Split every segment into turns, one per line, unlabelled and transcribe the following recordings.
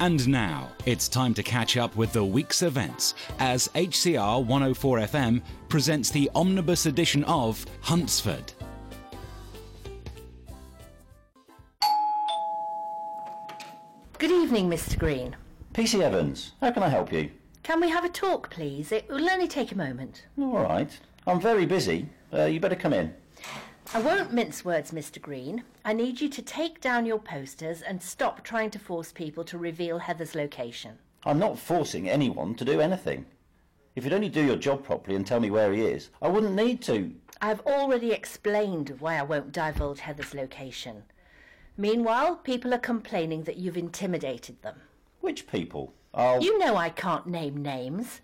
And now it's time to catch up with the week's events as HCR 104 FM presents the omnibus edition of Huntsford.
Good evening, Mr. Green.
PC Evans, how can I help you?
Can we have a talk, please? It will only take a moment.
All right. I'm very busy. Uh, you better come in.
I won't mince words, Mr. Green. I need you to take down your posters and stop trying to force people to reveal Heather's location.
I'm not forcing anyone to do anything. If you'd only do your job properly and tell me where he is, I wouldn't need to.
I've already explained why I won't divulge Heather's location. Meanwhile, people are complaining that you've intimidated them.
Which people? I'll.
You know I can't name names.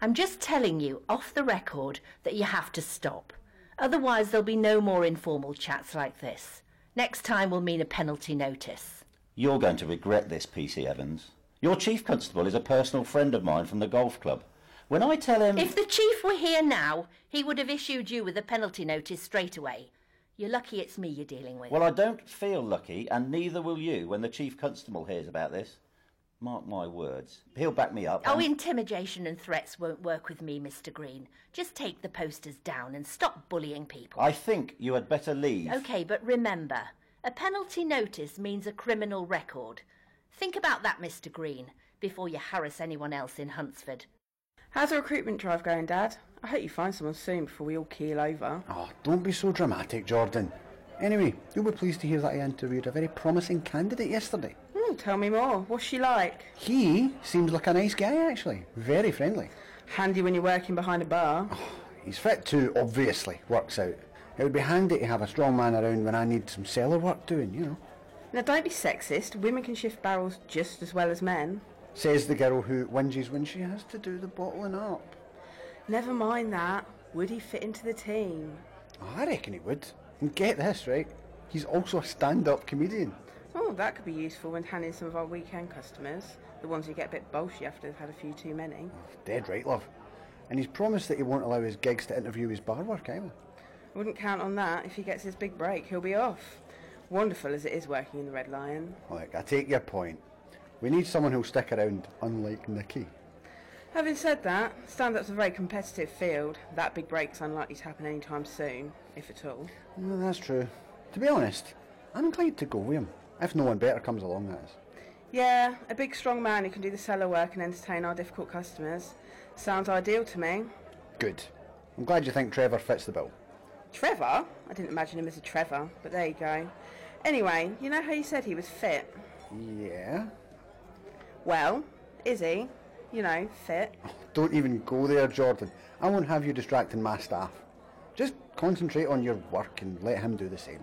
I'm just telling you off the record that you have to stop. Otherwise, there'll be no more informal chats like this. Next time will mean a penalty notice.
You're going to regret this, PC Evans. Your chief constable is a personal friend of mine from the golf club. When I tell him.
If the chief were here now, he would have issued you with a penalty notice straight away. You're lucky it's me you're dealing with.
Well, I don't feel lucky, and neither will you when the chief constable hears about this. Mark my words. He'll back me up.
Oh,
and-
intimidation and threats won't work with me, Mr. Green. Just take the posters down and stop bullying people.
I think you had better leave.
Okay, but remember, a penalty notice means a criminal record. Think about that, Mr. Green, before you harass anyone else in Huntsford.
How's the recruitment drive going, Dad? I hope you find someone soon before we all keel over.
Oh, don't be so dramatic, Jordan. Anyway, you'll be pleased to hear that I interviewed a very promising candidate yesterday.
Hmm, tell me more. What's she like?
He seems like a nice guy, actually. Very friendly.
Handy when you're working behind a bar.
He's fit too, obviously, works out. It would be handy to have a strong man around when I need some cellar work doing, you know.
Now, don't be sexist. Women can shift barrels just as well as men.
Says the girl who whinges when she has to do the bottling up.
Never mind that. Would he fit into the team?
Oh, I reckon he would. And get this, right? He's also a stand-up comedian.
Oh, that could be useful when handling some of our weekend customers, the ones who get a bit bolshy after they've had a few too many.
Dead right, love. And he's promised that he won't allow his gigs to interview his bar work either.
Wouldn't count on that. If he gets his big break, he'll be off. Wonderful as it is working in the Red Lion.
Look, I take your point. We need someone who'll stick around, unlike Nicky.
Having said that, stand-up's a very competitive field. That big break's unlikely to happen anytime soon, if at all.
Well, that's true. To be honest, I'm glad to go with him. If no one better comes along, that is.
Yeah, a big strong man who can do the cellar work and entertain our difficult customers. Sounds ideal to me.
Good. I'm glad you think Trevor fits the bill.
Trevor? I didn't imagine him as a Trevor, but there you go. Anyway, you know how you said he was fit?
Yeah?
Well, is he? You know, fit.
Don't even go there, Jordan. I won't have you distracting my staff. Just concentrate on your work and let him do the same.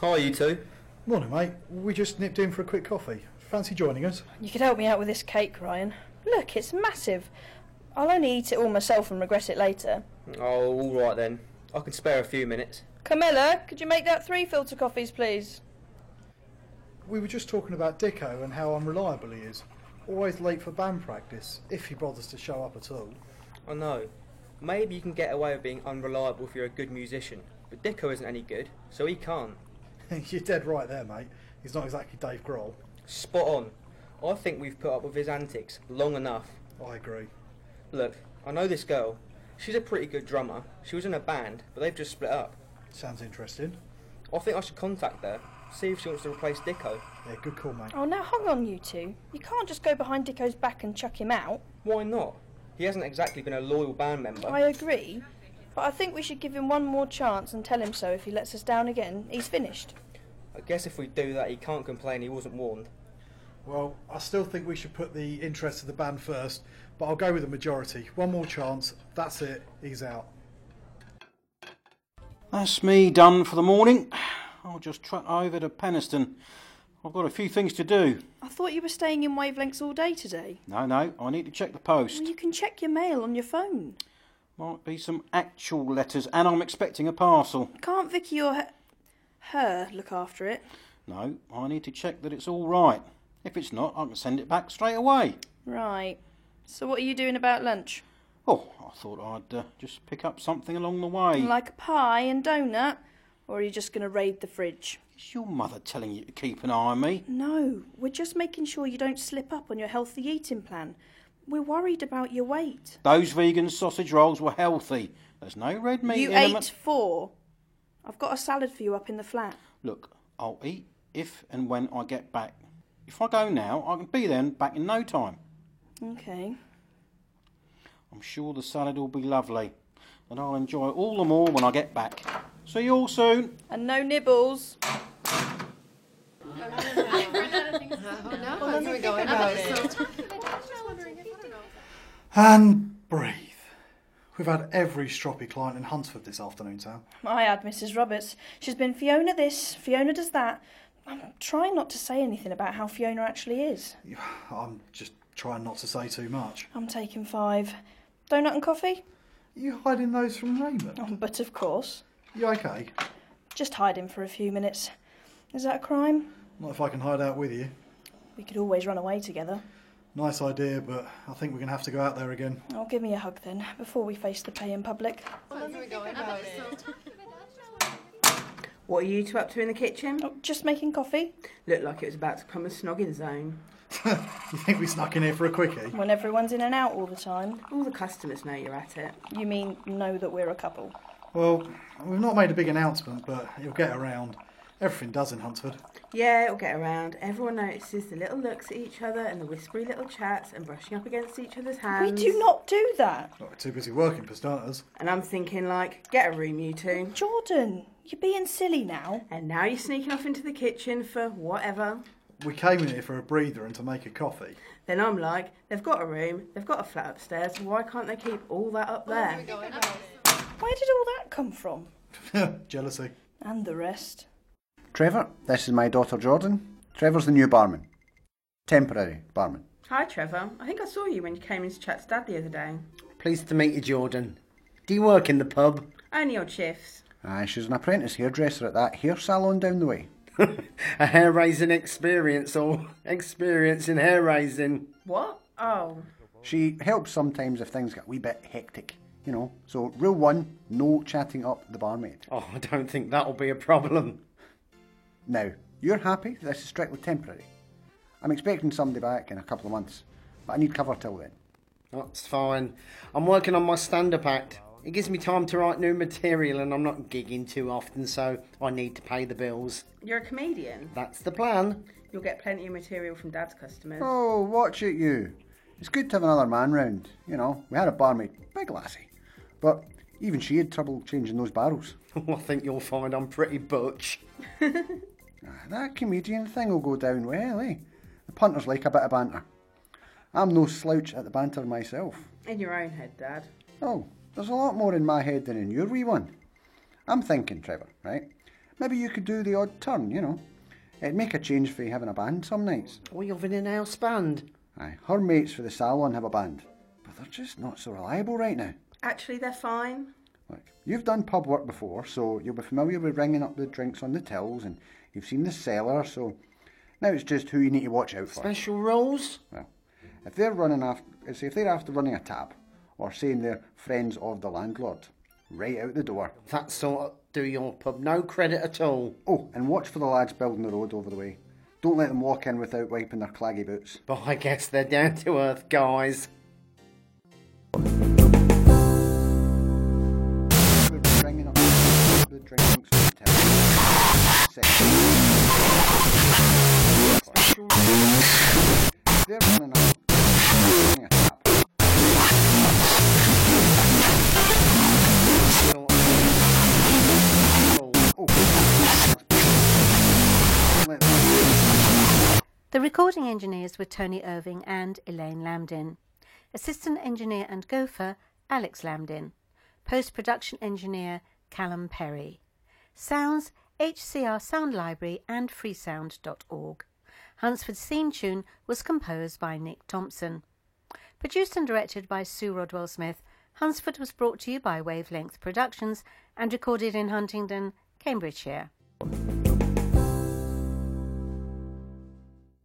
Hi, you two.
Morning, mate. We just nipped in for a quick coffee. Fancy joining us?
You could help me out with this cake, Ryan. Look, it's massive. I'll only eat it all myself and regret it later.
Oh, all right then. I can spare a few minutes.
Camilla, could you make that three filter coffees, please?
We were just talking about Dicko and how unreliable he is. Always late for band practice, if he bothers to show up at all.
I know. Maybe you can get away with being unreliable if you're a good musician, but Dicko isn't any good, so he can't.
You're dead right there, mate. He's not exactly Dave Grohl.
Spot on. I think we've put up with his antics long enough.
I agree.
Look, I know this girl. She's a pretty good drummer. She was in a band, but they've just split up.
Sounds interesting.
I think I should contact her, see if she wants to replace Dicko.
Yeah, good call, mate.
Oh, now hang on, you two. You can't just go behind Dicko's back and chuck him out.
Why not? He hasn't exactly been a loyal band member.
I agree, but I think we should give him one more chance and tell him so if he lets us down again. He's finished.
I guess if we do that, he can't complain he wasn't warned.
Well, I still think we should put the interests of the band first, but I'll go with the majority. One more chance. That's it. He's out.
That's me done for the morning. I'll just trot over to Penniston. I've got a few things to do.
I thought you were staying in wavelengths all day today.
No, no, I need to check the post.
Well, you can check your mail on your phone.
Might be some actual letters, and I'm expecting a parcel.
Can't Vicky or her, her look after it?
No, I need to check that it's all right. If it's not, I can send it back straight away.
Right. So what are you doing about lunch?
Oh, I thought I'd uh, just pick up something along the way.
Like a pie and donut? Or are you just going to raid the fridge?
Is your mother telling you to keep an eye on me?
No, we're just making sure you don't slip up on your healthy eating plan. We're worried about your weight.
Those vegan sausage rolls were healthy. There's no red meat
you
in 'em
ate
and-
four. I've got a salad for you up in the flat.
Look, I'll eat if and when I get back. If I go now, I can be there and back in no time.
Okay.
I'm sure the salad will be lovely, and I'll enjoy it all the more when I get back. See you all soon.
And no nibbles.
And breathe. We've had every stroppy client in Huntsford this afternoon, Sam.
I had Mrs. Roberts. She's been Fiona this, Fiona does that. I'm trying not to say anything about how Fiona actually is.
I'm just trying not to say too much.
I'm taking five. Donut and coffee?
You hiding those from Raymond?
Oh, but of course.
You okay?
Just hide him for a few minutes. Is that a crime?
Not if I can hide out with you.
We could always run away together.
Nice idea, but I think we're going to have to go out there again.
Oh, give me a hug then, before we face the pay in public.
What are you two up to in the kitchen?
Oh, just making coffee?
Looked like it was about to become a snogging zone.
You think we snuck in here for a quickie?
When everyone's in and out all the time.
All the customers know you're at it.
You mean know that we're a couple?
Well, we've not made a big announcement, but you'll get around. Everything does in Huntsford.
Yeah, it'll get around. Everyone notices the little looks at each other and the whispery little chats and brushing up against each other's
We
hands.
do not do that.
Well, we're too busy working for starters.
And I'm thinking, like, get a room, you two.
Jordan, you're being silly now.
And now you're sneaking off into the kitchen for whatever.
We came in here for a breather and to make a coffee.
Then I'm like, they've got a room, they've got a flat upstairs, why can't they keep all that up there?
Where did all that come from?
Jealousy.
And the rest.
Trevor, this is my daughter Jordan. Trevor's the new barman. Temporary barman.
Hi, Trevor. I think I saw you when you came in to chat to Dad the other day.
Pleased to meet you, Jordan. Do you work in the pub?
Only odd shifts.
Aye, she's an apprentice hairdresser at that hair salon down the way.
a hair raising experience or experience in hair raising?
What? Oh,
She helps sometimes if things get a wee bit hectic, you know. So, rule one no chatting up the barmaid.
Oh, I don't think that'll be a problem.
Now, you're happy this is strictly temporary. I'm expecting somebody back in a couple of months, but I need cover till then.
That's fine. I'm working on my stand up act. It gives me time to write new material and I'm not gigging too often, so I need to pay the bills.
you're a comedian.
That's the plan.
You'll get plenty of material from Dad's customers.
Oh, watch it, you. It's good to have another man round. You know, we had a barmaid, big lassie, but even she had trouble changing those barrels.
I think you'll find I'm pretty butch.
Ah, That comedian thing will go down well, eh? The punters like a bit of banter. I'm no slouch at the banter myself.
In your own head, Dad.
Oh, there's a lot more in my head than in your wee one. I'm thinking, Trevor, right? Maybe you could do the odd turn, you know. It'd make a change for you having a band some nights.
Or you've been in Oh, a house band.
Aye, her mates for the salon have a band, but they're just not so reliable right now.
Actually, they're fine.
Look, you've done pub work before, so you'll be familiar with ringing up the drinks on the tills, and you've seen the cellar, so now it's just who you need to watch out for.
Special rules?
Well, if they're running after, say if they're after running a tab, or saying they're friends of the landlord, right out the door.
That sort of do your pub no credit at all.
Oh, and watch for the lads building the road over the way. Don't let them walk in without wiping their claggy boots.
But I guess they're down to earth guys.
Ringing up the drinks on the tills. Six. They're running up. running a tab.
Sort of rules.
Don't let them-
The recording engineers were Tony Irving and Elaine Lambdin. Assistant engineer and gopher, Alex Lambdin. Post production engineer, Callum Perry. Sounds, HCR Sound Library and freesound.org. Huntsford's theme tune was composed by Nick Thompson. Produced and directed by Sue Rodwell Smith, Hunsford was brought to you by Wavelength Productions and recorded in Huntingdon, Cambridgeshire.